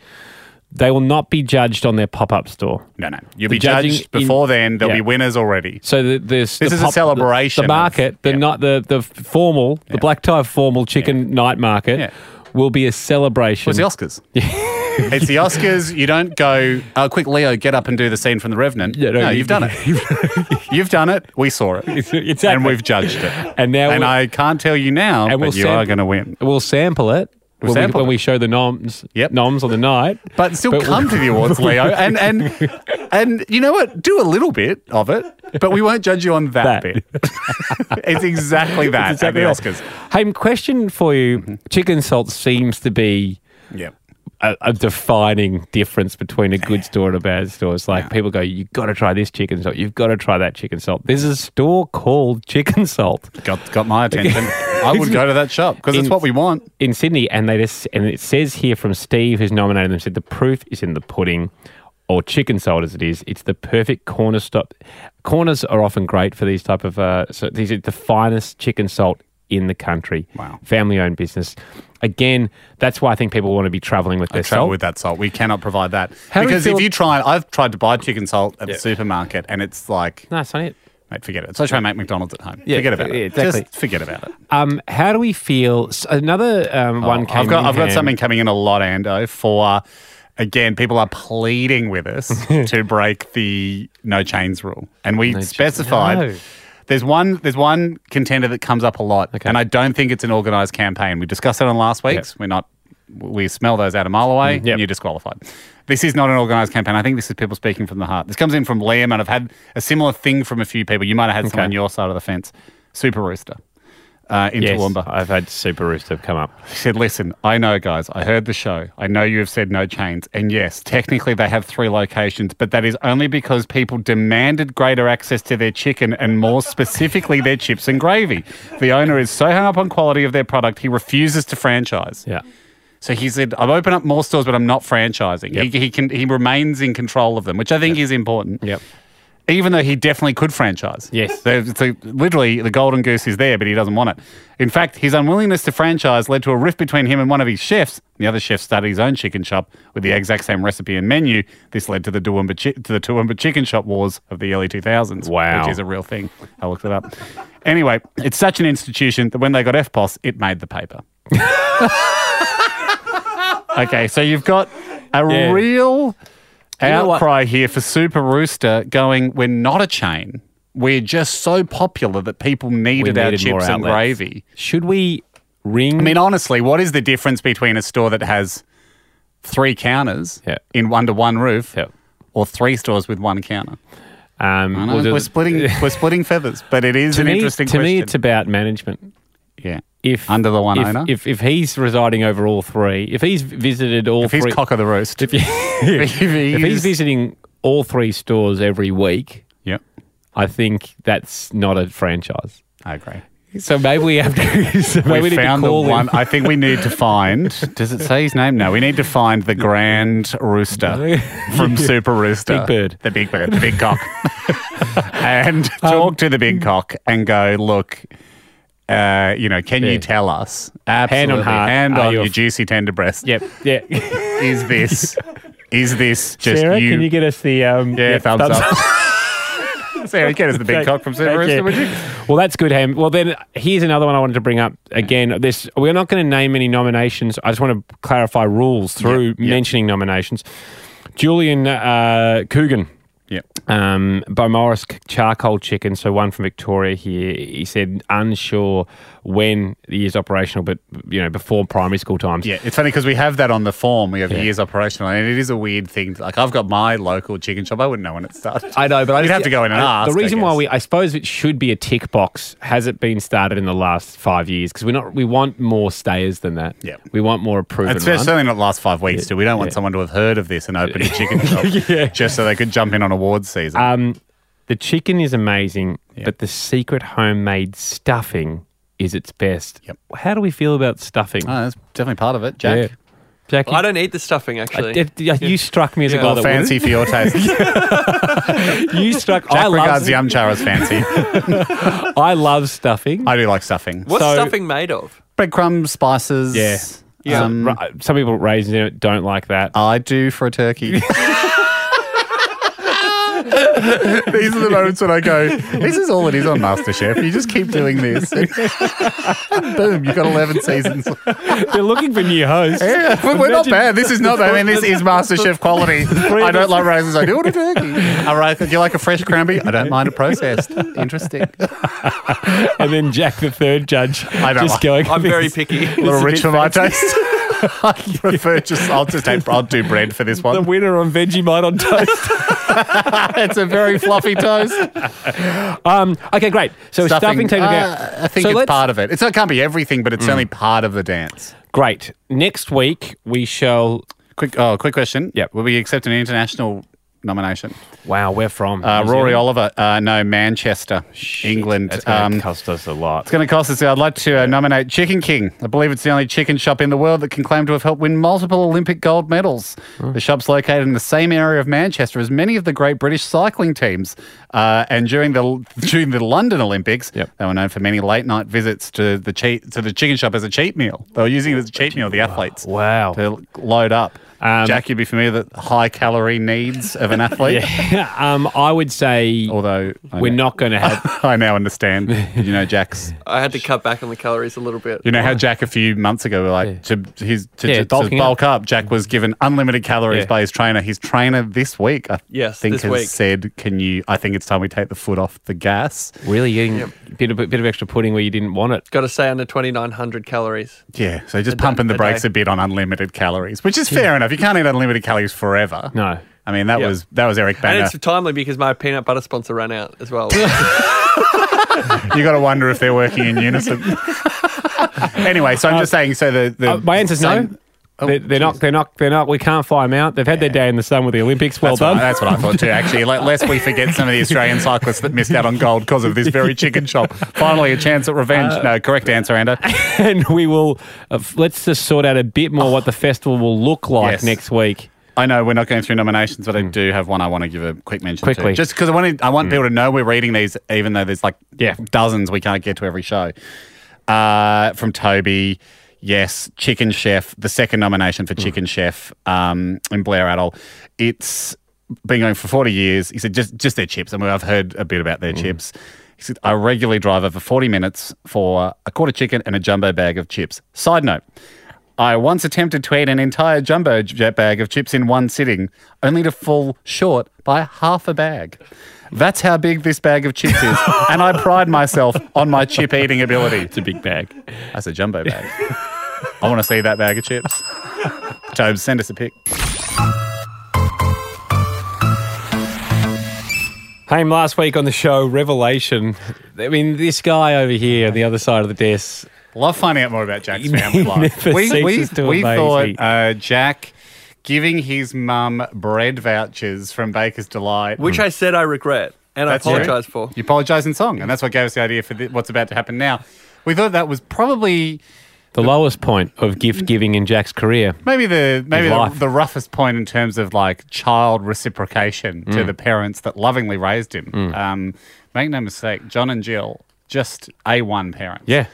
they will not be judged on their pop up store.
No, no. You'll
The
be
judging
judged before
in-
then. There'll
Yeah.
be winners already.
So the, this
This
the
is a celebration
The,
of-
market, the not the the formal, the black tie formal chicken night market will be a celebration.
Well, it's the Oscars. (laughs) it's the Oscars. You don't go, oh, quick, Leo, get up and do the scene from The Revenant. no,
no, you-
you've done
(laughs)
it. (laughs) you've done it. We saw it.
Exactly.
And we've judged it.
And now
and
we'll-
I can't tell you now,
And
but
we'll
you
sample-
are going to win.
We'll sample it.
We'll
when, we-
sample
when
it.
we, show the noms,
Yep.
noms on the night,
(laughs) But still
But
come
we'll- (laughs)
to the awards, Leo. And, and, and you know what? Do a little bit of it, but we won't judge you on that, bit. (laughs) it's exactly that
(laughs) It's exactly
at
that.
the Oscars. Mm-hmm.
Hey, question for you: Chicken salt seems to be
Yep.
a, a defining difference between a good store and a bad store. It's like people go, "You've got to try this chicken salt. You've got to try that chicken salt." There's a store called Chicken Salt.
Got, got my
(laughs)
attention. I would go to that shop because it's
In-
what we want.
in Sydney, and they just and it says here from Steve, who's nominated them, said the proof is in the pudding, or chicken salt as it is. It's the perfect corner stop. Corners are often great for these type of. Uh, so these are the finest chicken salt in the country. Wow, family owned business. Again, that's why I think people want to be traveling with
I
their
travel
salt.
with that salt. We cannot provide that
How do you
because
feel-
if you try, I've tried to buy chicken salt at the supermarket, and it's like,
no, that's not it.
mate, forget it. So I try and make McDonald's at home.
Yeah,
forget about
yeah,
it.
exactly.
Just forget about it.
Um, how do we feel? s- Another um, one came.
Oh, I've got
in,
I've got
Ham.
something coming in a lot, Ando. For again, people are pleading with us
(laughs)
to break the no chains rule, and we specified.
No.
There's one. There's one contender that comes up a lot, and I don't think it's an organised campaign. We discussed it on last week's. We're not. We smell those out a mile away.
Mm,
and You're disqualified. This is not an organised campaign. I think this is people speaking from the heart. This comes in from Liam, and I've had a similar thing from a few people. You might have had some
Okay.
on your side of the fence. Super Rooster uh, in
Yes,
Toowoomba.
I've had Super Rooster come up.
He said, Listen, I know, guys, I heard the show. I know you have said no chains. And yes, technically they have three locations, but that is only because people demanded greater access to their chicken and more specifically their chips and gravy. The owner is so hung up on quality of their product, he refuses to franchise.
Yeah.
So he said, I've opened up more stores, but I'm not franchising. He, he, can, he remains in control of them, which I think is important.
Yep.
Even though he definitely could franchise.
Yes.
So, so literally, the golden goose is there, but he doesn't want it. In fact, his unwillingness to franchise led to a rift between him and one of his chefs. The other chef started his own chicken shop with the exact same recipe and menu. This led to the Toowoomba, chi- to the Toowoomba chicken shop wars of the early 2000s.
Wow.
Which is a real thing. I looked it up. Anyway, it's such an institution that when they got FPOS, it made the
(laughs)
paper. okay, so you've got a
Yeah.
real
know what?
outcry here for Super Rooster going, we're not a chain. We're just so popular that people needed,
We
our
needed more
chips and
outlets.
gravy.
Should we ring?
I mean, honestly, what is the difference between a store that has three counters
Yeah.
in under one roof
Yep.
or three stores with one counter?
um,
I know,
we'll do-
we're splitting
(laughs)
we're splitting feathers, but it is
to
an
me,
interesting
to
question.
me, it's about management.
yeah.
If
Under the one
if,
owner?
if if he's residing over all three, if he's visited all
If
three,
he's cock of the roast.
if, he- (laughs)
(laughs) If he
if
is-
he's visiting all three stores every week,
Yep.
I think that's not a franchise.
I agree.
So maybe we have to. (laughs) So maybe we,
we
need
found
to
the
call him.
one. I think we need to find. Does it say his name? No, we need to find the Grand Rooster
(laughs)
from Super Rooster,
Big Bird. Um,
the Big Bird, the Big
(laughs)
Cock, and talk to the Big Cock and go look. Uh, you know, can you tell us?
Hand on
Absolutely.
heart,
hand
are
on
you a
your
f-
juicy tender breast.
Yep. (laughs) Yeah.
Is this?
(laughs)
Is this just
Sarah,
you?
can you get us the um,
yeah, thumbs, up. (laughs) Sarah, get us the big
Thank-
cock from
thank
Super Rooster,
you.
would you?
Well, that's good, Ham. Well, then here's another one I wanted to bring up. Again, this we're not going to name any nominations. I just want to clarify rules through mentioning nominations. Julian uh, Coogan.
Yep.
Um, by Morris C- Charcoal Chicken, so one from Victoria here. He said unsure when the year's operational, but you know before primary school times.
Yeah, it's funny because we have that on the form. We have years operational, and it is a weird thing. Like I've got my local chicken shop. I wouldn't know when it started.
I know, but I
You'd
just-
have to go in and
I-
ask.
The reason
I
why
guess.
we, I suppose, it should be a tick box. Has it been started in the last five years? Because we're not, we want more stayers than that.
Yep.
we want more approval.
It's certainly not last five weeks. too. we don't want
yeah.
someone to have heard of this and open a chicken
(laughs)
shop just so they could jump in on awards season.
Um, the chicken is amazing, but the secret homemade stuffing is its best.
Yep.
How do we feel about stuffing,
Oh, that's definitely part of it, Jack.
Yeah. Jackie?
I don't eat the stuffing actually.
I- I- you struck me as a
Yeah.
guy
Well,
that
fancy
(laughs)
for your taste. Jack
wouldn't.
(laughs)
You struck. I love.
regards Yum Char as fancy.
I love stuffing.
I do like stuffing.
What's
So-
stuffing made of?
Breadcrumbs, spices. um,
Yeah.
Yeah.
Ri- Some people raisins in it don't like that.
I do for a turkey. These are the moments when I go, this is all it is on MasterChef. You just keep doing this. (laughs) and boom, you've got 11 seasons.
They're looking for new hosts.
(laughs) Yeah, but we're not bad. This is not bad. I mean, this is MasterChef quality. I don't like raisins. I do want a turkey. All right. Do you like a fresh cranberry? I don't mind it processed. Interesting.
and then Jack, the third judge,
I don't
just
like-
going.
I'm very
"This-
picky.
A little
a
rich
bit
for my taste. (laughs) I prefer just, I'll just take, I'll do bread for this
The
one.
winner on Vegemite on toast.
(laughs) it's a very fluffy toast.
um, okay, great. So stuffing, taken
uh,
out.
I think
So
it's
let's-
part of it. It's, it can't be everything, but it's certainly part of the dance.
Great. Next week we shall.
Quick, oh, quick question.
Yep.
Will we accept an international nomination?
Wow, where from?
Uh,
New
Rory
Zealand?
Oliver. Uh, no, Manchester, England.
That's going to
Um,
cost us a lot.
it's going to cost us. I'd like to uh, nominate Chicken King. I believe it's the only chicken shop in the world that can claim to have helped win multiple Olympic gold medals.
Hmm.
The shop's located in the same area of Manchester as many of the great British cycling teams. Uh, and during the (laughs) during the London Olympics,
Yep.
they were known for many late night visits to the cheat to the chicken shop as a cheat meal. They were using it as a cheat meal. The athletes
Wow.
to load up.
Um,
Jack, you'd be familiar with the high calorie needs of
(laughs)
an athlete.
Yeah, um, I would say
Although I
we're
know-
not going to have.
(laughs) I now
(laughs)
understand. You know, Jack's.
I had to cut back on the calories a little bit.
You know how Jack a few months ago, were like to his to,
Yeah,
to- to
bulking
bulk up. Jack was given unlimited calories
Yeah.
by his trainer. His trainer this week, I
Yes,
think,
this
has
week.
said, "Can you? I think it's time we take the foot off the gas."
Really eating a bit, of, bit of extra pudding where you didn't want it.
Got to stay under 2,900 calories.
Yeah, so just pumping the
a
brakes
day.
a bit on unlimited calories, which is fair enough. You can't eat unlimited calories forever.
No.
I mean that
Yeah.
was that was Eric
And
Banner.
it's timely because my peanut butter sponsor ran out as
(laughs)
well.
you got to wonder if they're working
(laughs)
in unison. anyway, so I'm just saying. So the, the
Uh, my answer's no.
same- Oh,
they're, they're not. They're not. They're not. We can't fly them out. They've had their day in the sun with the Olympics. Well
That's,
done.
what, that's what I thought too, actually. Let- Lest we forget some of the Australian cyclists that missed out on gold because of this very chicken shop. Finally, a chance at revenge.
Uh,
no, correct answer, Ando.
(laughs) and we will uh, f- let's just sort out a bit more what the festival will look like
Yes.
next week.
I know we're not going through nominations, but I do have one I want to give a quick mention
Quickly.
to. Just because I, wanted- I want people to know we're reading these, even though there's like
Yeah.
dozens we can't get to every show. Uh, from Toby. Yes, Chicken Chef, the second nomination for Chicken Chef um, in Blair Adol. It's been going for 40 years. He said, just, just their chips. I mean, I've heard a bit about their chips. He said, I regularly drive over 40 minutes for a quarter chicken and a jumbo bag of chips. Side note, I once attempted to eat an entire jumbo jet bag of chips in one sitting, only to fall short by half a bag. That's how big this bag of chips
(laughs)
is, and I pride myself on my chip eating ability. It's a big bag. That's a jumbo bag. I want to see that bag of chips. Tobes, send us a pic.
Haim, last week on the show, Revelation. I mean, this guy over here on the other side of the desk.
Love finding out more about Jack's family life.
never ceases to
we
amaze
thought
me.
uh, Jack giving his mum bread vouchers from Baker's Delight
which I said I regret. And I
That's you.
apologise for.
You apologise in song, and that's what gave us the idea for the, what's about to happen now. We thought that was probably
The lowest point of gift giving in Jack's career.
maybe the maybe
His
the,
life.
the roughest point in terms of like child reciprocation to
Mm.
the parents that lovingly raised him. Um, make no mistake, John and Jill just a one parents.
Yeah.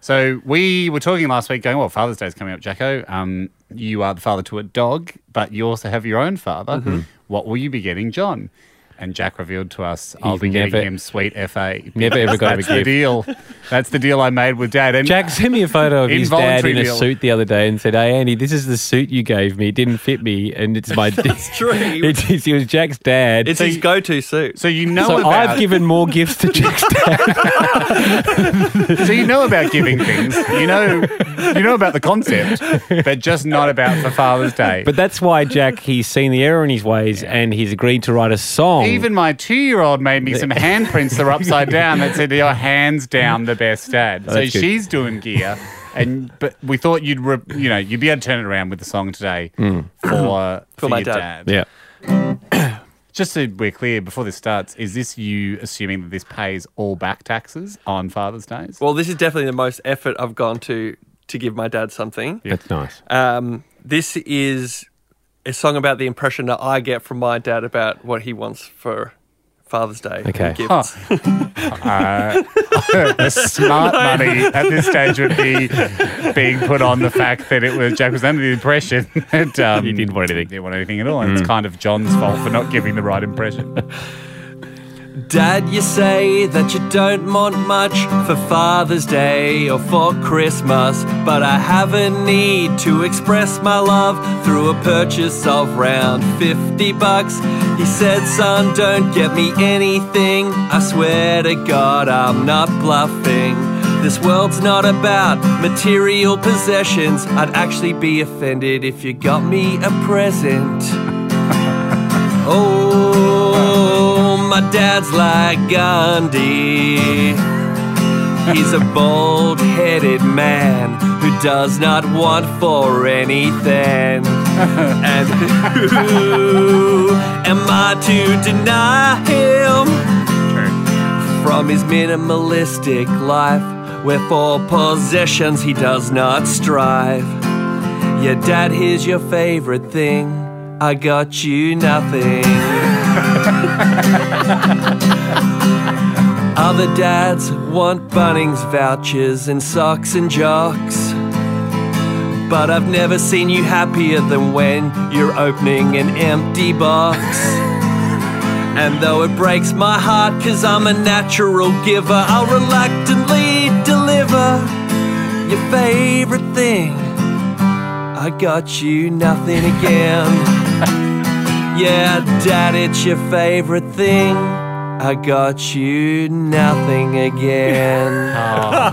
So we were talking last week, going, "Well, Father's Day's coming up, Jacko. Um, you are the father to a dog, but you also have your own father.
Mm-hmm.
What will you be getting, John?" And Jack revealed to us, "I'll
He's
be
never-
getting him sweet fa." (laughs)
Never ever got a
That's the
gift.
deal. That's the deal I made with Dad. And
Jack sent me a photo of his dad
Involuntary
in a
deal.
suit the other day and said, "Hey Andy, this is the suit you gave me. It didn't fit me, and it's my." That's
true.
(laughs) it, is- it was Jack's dad.
It's his go-to suit.
So you know
so
about
I've given more gifts to Jack's dad.
so you know about giving things. You know, you know about the concept, but just not about for Father's Day.
But that's why Jack he's seen the error in his ways and he's agreed to write a song.
even my two-year-old made me some handprints that were upside down that said "Your hands down, the best dad."
Oh,
so
that's good.
she's doing gear, and but we thought you'd re- you know you'd be able to turn it around with the song today
(clears throat)
for for,
my
your
dad.
dad.
Mm. yeah.
Just so we're clear before this starts, is this you assuming that this pays all back taxes on Father's Days?
Well, this is definitely the most effort I've gone to to give my dad something.
(laughs)
that's nice.
Um, this is a song about the impression that I get from my dad about what he wants for Father's Day.
Okay.
and
Huh.
Gifts.
Uh, (laughs) the smart money at this stage would be being put on the fact that it was Jack was under the impression (laughs) that um, he didn't want anything. Mm. Didn't want anything at all, and it's kind of John's fault for not giving the right impression.
Dad, you say that you don't want much for Father's Day or for Christmas, but I have a need to express my love through a purchase of round 50 bucks. He said, Son, don't get me anything. I swear to God, I'm not bluffing. This world's not about material possessions. I'd actually be offended if you got me a present. Oh, my dad's like Gandhi. He's a bald headed man who does not want for anything. And who am I to deny him from his minimalistic life? Where for possessions he does not strive. Your dad, here's your favorite thing. I got you nothing. (laughs) Other dads want Bunnings vouchers and socks and jocks. But I've never seen you happier than when you're opening an empty box. And though it breaks my heart, cause I'm a natural giver, I'll reluctantly deliver your favorite thing. I got you nothing again. (laughs) yeah, Dad, it's your favorite thing. I got you nothing again.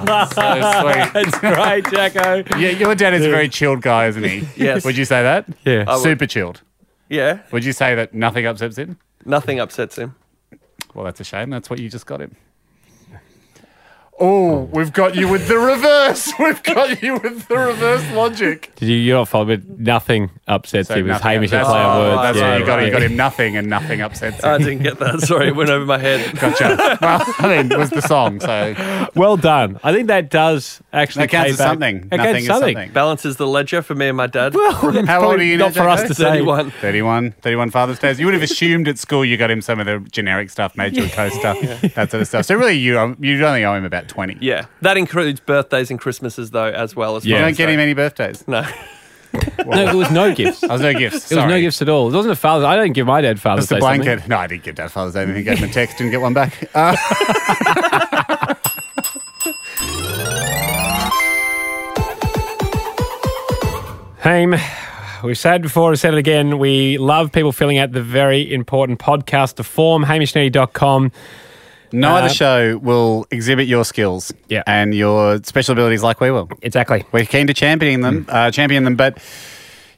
(laughs) so sweet.
That's great, Jacko.
Yeah, your dad is a very chilled guy, isn't he?
Yes.
Would you say that?
Yeah.
I would.
Super chilled.
(laughs) Yeah,
Would you say that nothing upsets him?
nothing upsets him.
Well, that's a shame. That's what you just got him. Oh, we've got you with the reverse. (laughs) We've got you with the reverse logic.
Did you, you're not following, but nothing upsets
So
him. It was
nothing-
Hamish and
that's-
play on
oh,
words.
That's
yeah,
what you got. him. You
yeah.
got him nothing, and nothing upsets him.
I didn't get that. Sorry, it went over
(laughs)
my head.
(laughs) Gotcha. Well, I mean, it was the song,
(laughs)
so that
Well done. I think that does actually
counts
pay
as
back-
something.
That
Nothing
counts
is
something.
something.
Balances the ledger for me and my dad. (laughs)
How old are you now,
Not for us
Jacko?
to say.
31.
31, 31 Father's Days. You would have assumed at school you got him some of the generic stuff, Major and Co stuff, that sort of stuff. So really, you um, you only owe him about 20.
Yeah, that includes birthdays and Christmases though, as well as.
You
Father's
don't get
Day.
him any birthdays.
No,
No, there was no gifts.
There was no gifts.
It was no
sorry.
gifts at all. It wasn't a father. I don't give my dad Father's
Just a
Day something.
blanket. No, I didn't get Dad Father's Day. anything. gave him a text and get one
(laughs)
back. Uh,
Haim, we've said it before, we've said it again. We love people filling out the very important podcast to form, hamishnetty.com.
no
Uh,
other show will exhibit your skills
Yeah.
and your special abilities like we will.
Exactly.
We're keen to champion them, uh, champion them, but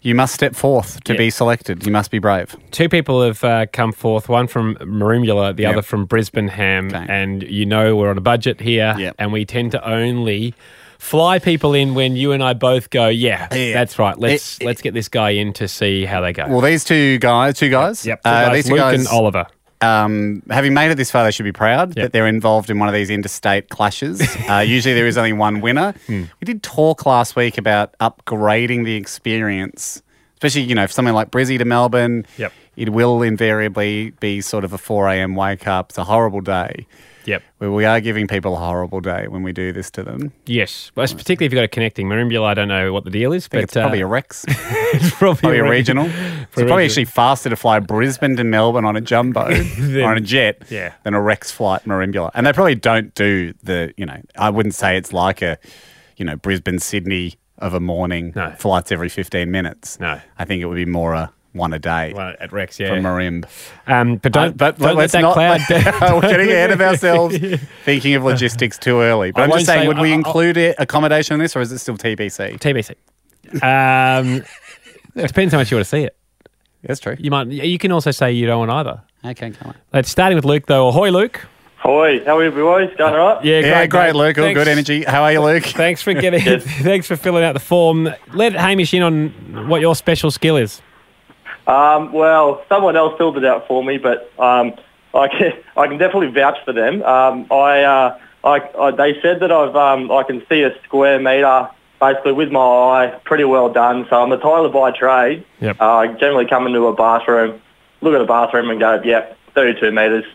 you must step forth to
Yeah.
be selected. You must be brave.
Two people have uh, come forth, one from Maroomula, the
Yep.
other from Brisbane Ham.
Okay.
And you know we're on a budget here,
Yep.
and we tend to only fly people in when you and I both go, yeah,
Yeah.
that's right. Let's
It-
let's get this guy in to see how they go.
Well, these two guys, two guys,
yep.
uh,
Two guys,
these two
Luke
guys
and Oliver.
um, having made it this far, they should be proud that they're involved in one of these interstate
(laughs)
clashes. uh, usually there is only one winner.
Hmm.
We did talk last week about upgrading the experience, especially, you know, if something like Brizzy to Melbourne,
Yep.
it will invariably be sort of a 4 a.m. wake up. It's a horrible day.
Yep.
Where we are giving people a horrible day when we do this to them.
Yes, well, it's particularly if you've got a connecting Marimbula, I don't know what the deal is, but uh,
it's
(laughs)
probably a Rex.
it's probably,
Probably a
reg- (laughs)
regional. it's
Probably
probably
a-
actually faster to fly Brisbane to Melbourne on a jumbo
(laughs)
or on a jet
yeah.
than a Rex flight Marimbula. And they probably don't do the, you know, I wouldn't say it's like a, you know, Brisbane Sydney of a morning flights every 15 minutes. No. I think it would be more a one a day.
One at Rex, yeah.
For Marimb.
Um, but don't,
Uh,
but don't let
let's
that
not- (laughs)
cloud (laughs)
We're getting ahead of ourselves, thinking of logistics too early. But
I
I am
won't
just saying,
say-
would we
I- I-
include it, accommodation in this, or is it still TBC?
TBC. Um, it depends how much you want to see it.
That's true.
You might. You can also say you don't want either.
Okay, come on.
Let's starting with Luke though. Ahoy, Luke.
(laughs) Hoi, how are you boys? Going all right?
yeah, great, Luke. All good energy. How are you, Luke?
(laughs) Thanks
(laughs)
for getting. thanks for filling out the form. Let Hamish in on what your special skill is.
Um, well, someone else filled it out for me, but um, I, can, (laughs) I can definitely vouch for them. Um, I, uh, I, I, they said that I've, um, I can see a square metre basically with my eye pretty well done. So I'm a tiler by trade.
Yep.
Uh, I generally come into a bathroom, look at a bathroom and go, yep, 32 metres,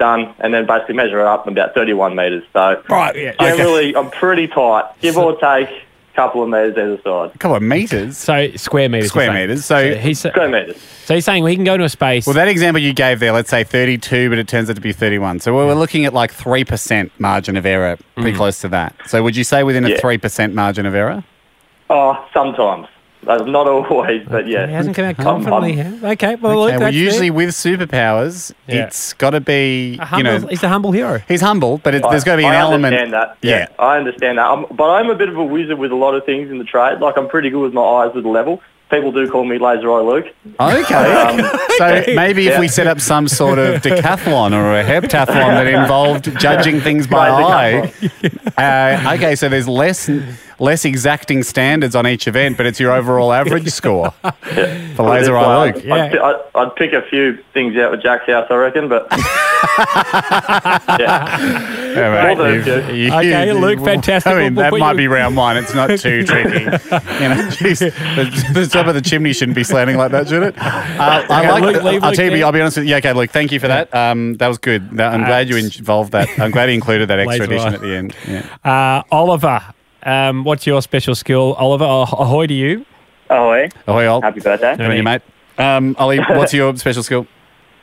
done, and then basically measure it up in about 31 metres. So
right, yeah,
generally I'm pretty tight, give or take a couple of metres either side.
couple of meters.
So square meters.
Square
you're saying.
meters. So-
he's
square meters.
So he's saying well, he can go to a space.
Well, that example you gave there, let's say 32, but it turns out to be 31. So we we're looking at like 3% margin of error,
Mm.
pretty close to that. So would you say within
Yeah.
a 3% margin of error?
Oh, sometimes. Uh, Not always, but yeah.
He hasn't come out
I'm-
confidently.
I'm-
yeah.
Okay,
Okay. Well, Luke,
well,
that's
usually
it.
with superpowers,
Yeah.
it's got to be,
A humble,
you know,
he's a humble hero.
he's humble, but it, there's got to be an
I
element.
understand that.
Yeah.
Yeah, I understand that. I'm, but I'm a bit of a wizard with a lot of things in the trade. Like, I'm pretty good with my eyes with the level. People do call me Laser Eye Luke.
Okay. Um, (laughs) so maybe if
Yeah.
we set up some sort (laughs) of decathlon or a heptathlon that involved judging things by eye. (laughs) Uh, okay, so there's less less exacting standards on each event, but it's your overall average (laughs) score for laser eye Luke.
I'd, I'd, I'd, I'd pick a few things out with Jack's house, I reckon, but... yeah.
Yeah, mate,
Well,
you've-
that's good.
you-
Okay,
you-
Luke, fantastic.
I mean,
We'll
that
put
might
you-
be round one. It's not
(laughs)
too tricky. You know, jeez, the, the top of the chimney shouldn't be slanting like that, should it? Uh, I
Okay,
like.
Luke,
the-
leave
I'll
Luke
tell you,
there.
I'll be honest with you. Yeah, okay, Luke, thank you for that. Um, that was good. That- I'm glad you involved that. I'm glad he included
(laughs)
that extra
Later
addition
on.
at the end. Yeah.
Uh, Oliver, um, what's your special skill? Oliver, ah- ahoy to you.
Ahoy.
Ahoy, Ol.
Oh, eh? Happy birthday.
How are you, mate? Um,
(laughs)
Ollie, what's your special skill?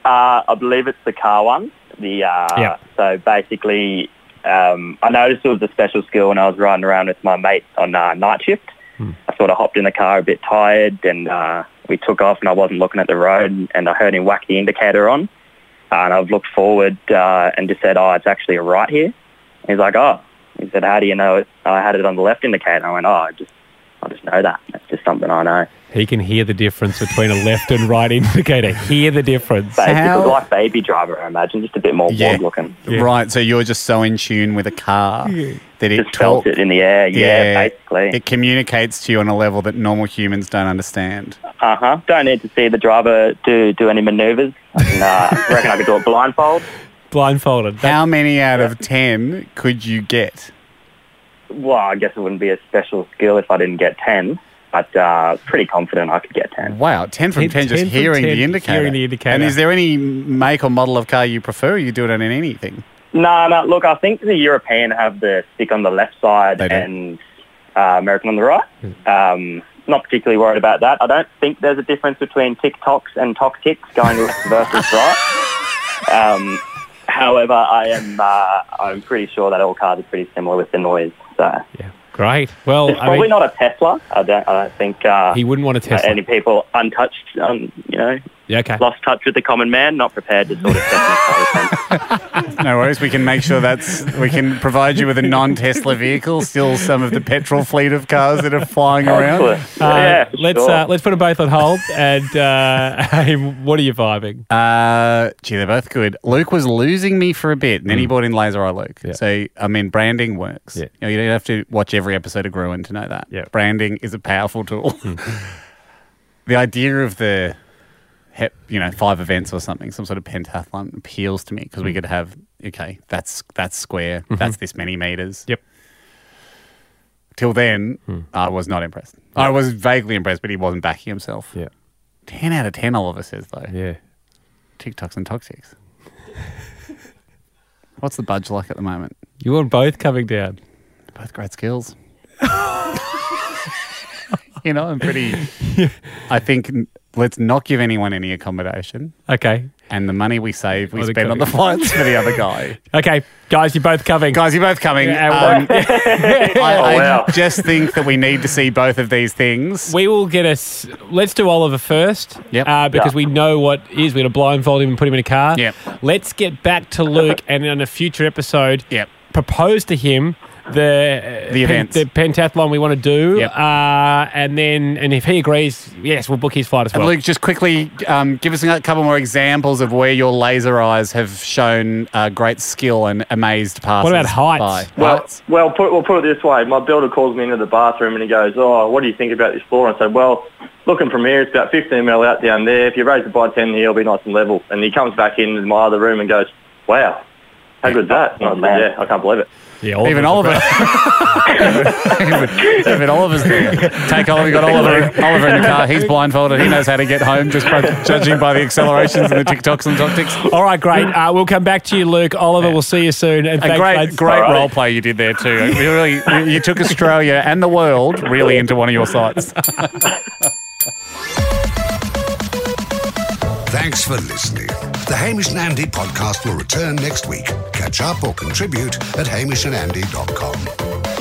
Uh, I believe it's the car one. The uh,
Yeah.
So basically, um, I noticed it was a special skill when I was riding around with my mate on uh, night shift. I sort of hopped in the car a bit tired and uh, we took off and I wasn't looking at the road and I heard him whack the indicator on. Uh, and I've looked forward uh, and just said, oh, it's actually a right here. He's like, oh. He said, how do you know it? I had it on the left indicator. I went, oh, I just, I just know that. That's just something I know.
He can hear the difference between a left and right (laughs) indicator. Hear the difference.
Basically, like baby driver, I imagine, just a bit more
Yeah.
yeah. looking.
Right, so you're just so in tune with a car
Yeah.
that it
Just felt
talk-
it in the air, yeah, basically.
It communicates to you on a level that normal humans don't understand.
Uh huh. Don't need to see the driver do do any manoeuvres. I can, uh, reckon I could do it blindfold.
Blindfolded.
How many out of ten could you get?
Well, I guess it wouldn't be a special skill if I didn't get ten, but uh, pretty confident I could get ten.
Wow, ten from ten, just hearing the indicator. And is there any make or model of car you prefer? Or you do it on anything?
No, no. Look, I think the European have the stick on the left side and uh, American on the right.
Hmm.
Um, not particularly worried about that. I don't think there's a difference between tick tocks and tock ticks going
(laughs)
left versus right. Um, however, I am uh, I'm pretty sure that all cars are pretty similar with the noise. So
Great. Well,
it's
I
probably
mean,
not a Tesla. I don't. I don't think uh,
He wouldn't want a Tesla.
Any people untouched, um, you know,
yeah, okay.
lost touch with the common man, not prepared to sort of.
No worries. We can make sure that's we can provide you with a non-Tesla vehicle. Still, some of the petrol fleet of cars that are flying around.
Uh, let's uh, let's put them both on hold. And uh, (laughs) hey, what are you vibing?
Uh, gee, they're both good. Luke was losing me for a bit, and then he brought in Laser Eye Luke. So, I mean, branding works.
Mm. Yeah.
You, know, you don't have to watch every episode of Gruen to know that.
(laughs)
(laughs)
Hmm.
Yeah. Branding is a powerful tool. the idea of the hep, you know, five events or something, some sort of pentathlon appeals to me because
Hmm.
we could have okay, that's that's square,
Mm-hmm.
that's this many meters.
Yep.
Till then,
Hmm.
I was not impressed. I was vaguely impressed, but he wasn't backing himself.
Yeah.
Ten out of ten, Oliver says though.
Yeah.
TikToks and toxics. What's the budge like at the moment?
You are both coming down.
Both great skills. (laughs) you know, I'm pretty. I think n- let's not give anyone any accommodation.
Okay.
And the money we save, we
Or the
spend on the (laughs)
cook.
flights for the other guy.
Okay, guys, you're both coming.
Guys, you're both coming. Um, I, I just think that we need to see both of these things.
We will get us. Let's do Oliver first. Yep. Uh, because
Yeah.
we know what is. We're going to blindfold him and put him in a car.
Yep.
Let's get back to Luke and in a future episode,
yep.
propose to him the
The events.
the pentathlon we want to do. Yep. Uh, and then, and if he agrees, yes, we'll book his flight as
And
well.
Luke, just quickly um, give us a couple more examples of where your laser eyes have shown uh, great skill and amazed passers.
about
heights?
by.
Well, well, put, we'll put it this way. My builder calls me into the bathroom and he goes, "Oh, what do you think about this floor?" And I said, "Well, looking from here, it's about 15 mil out down there. If you raise it by 10 here, it'll be nice and level." And he comes back in my other room and goes, "Wow, how good's that?" And I said, "Yeah, I can't believe it."
Yeah,
even Oliver. even, (laughs) even Oliver's there. Take Oliver. We got Oliver. Oliver in the car. He's blindfolded. He knows how to get home, just by, judging by the accelerations and the TikToks and tactics.
All right, great. Uh, we'll come back to you, Luke. Oliver, we'll see you soon. And
A
thanks,
great,
lads.
great role play you did there too. You really, you took Australia and the world really into one of your sites.
Thanks for listening. The Hamish and Andy podcast will return next week. Catch up or contribute at hamishandandy.com.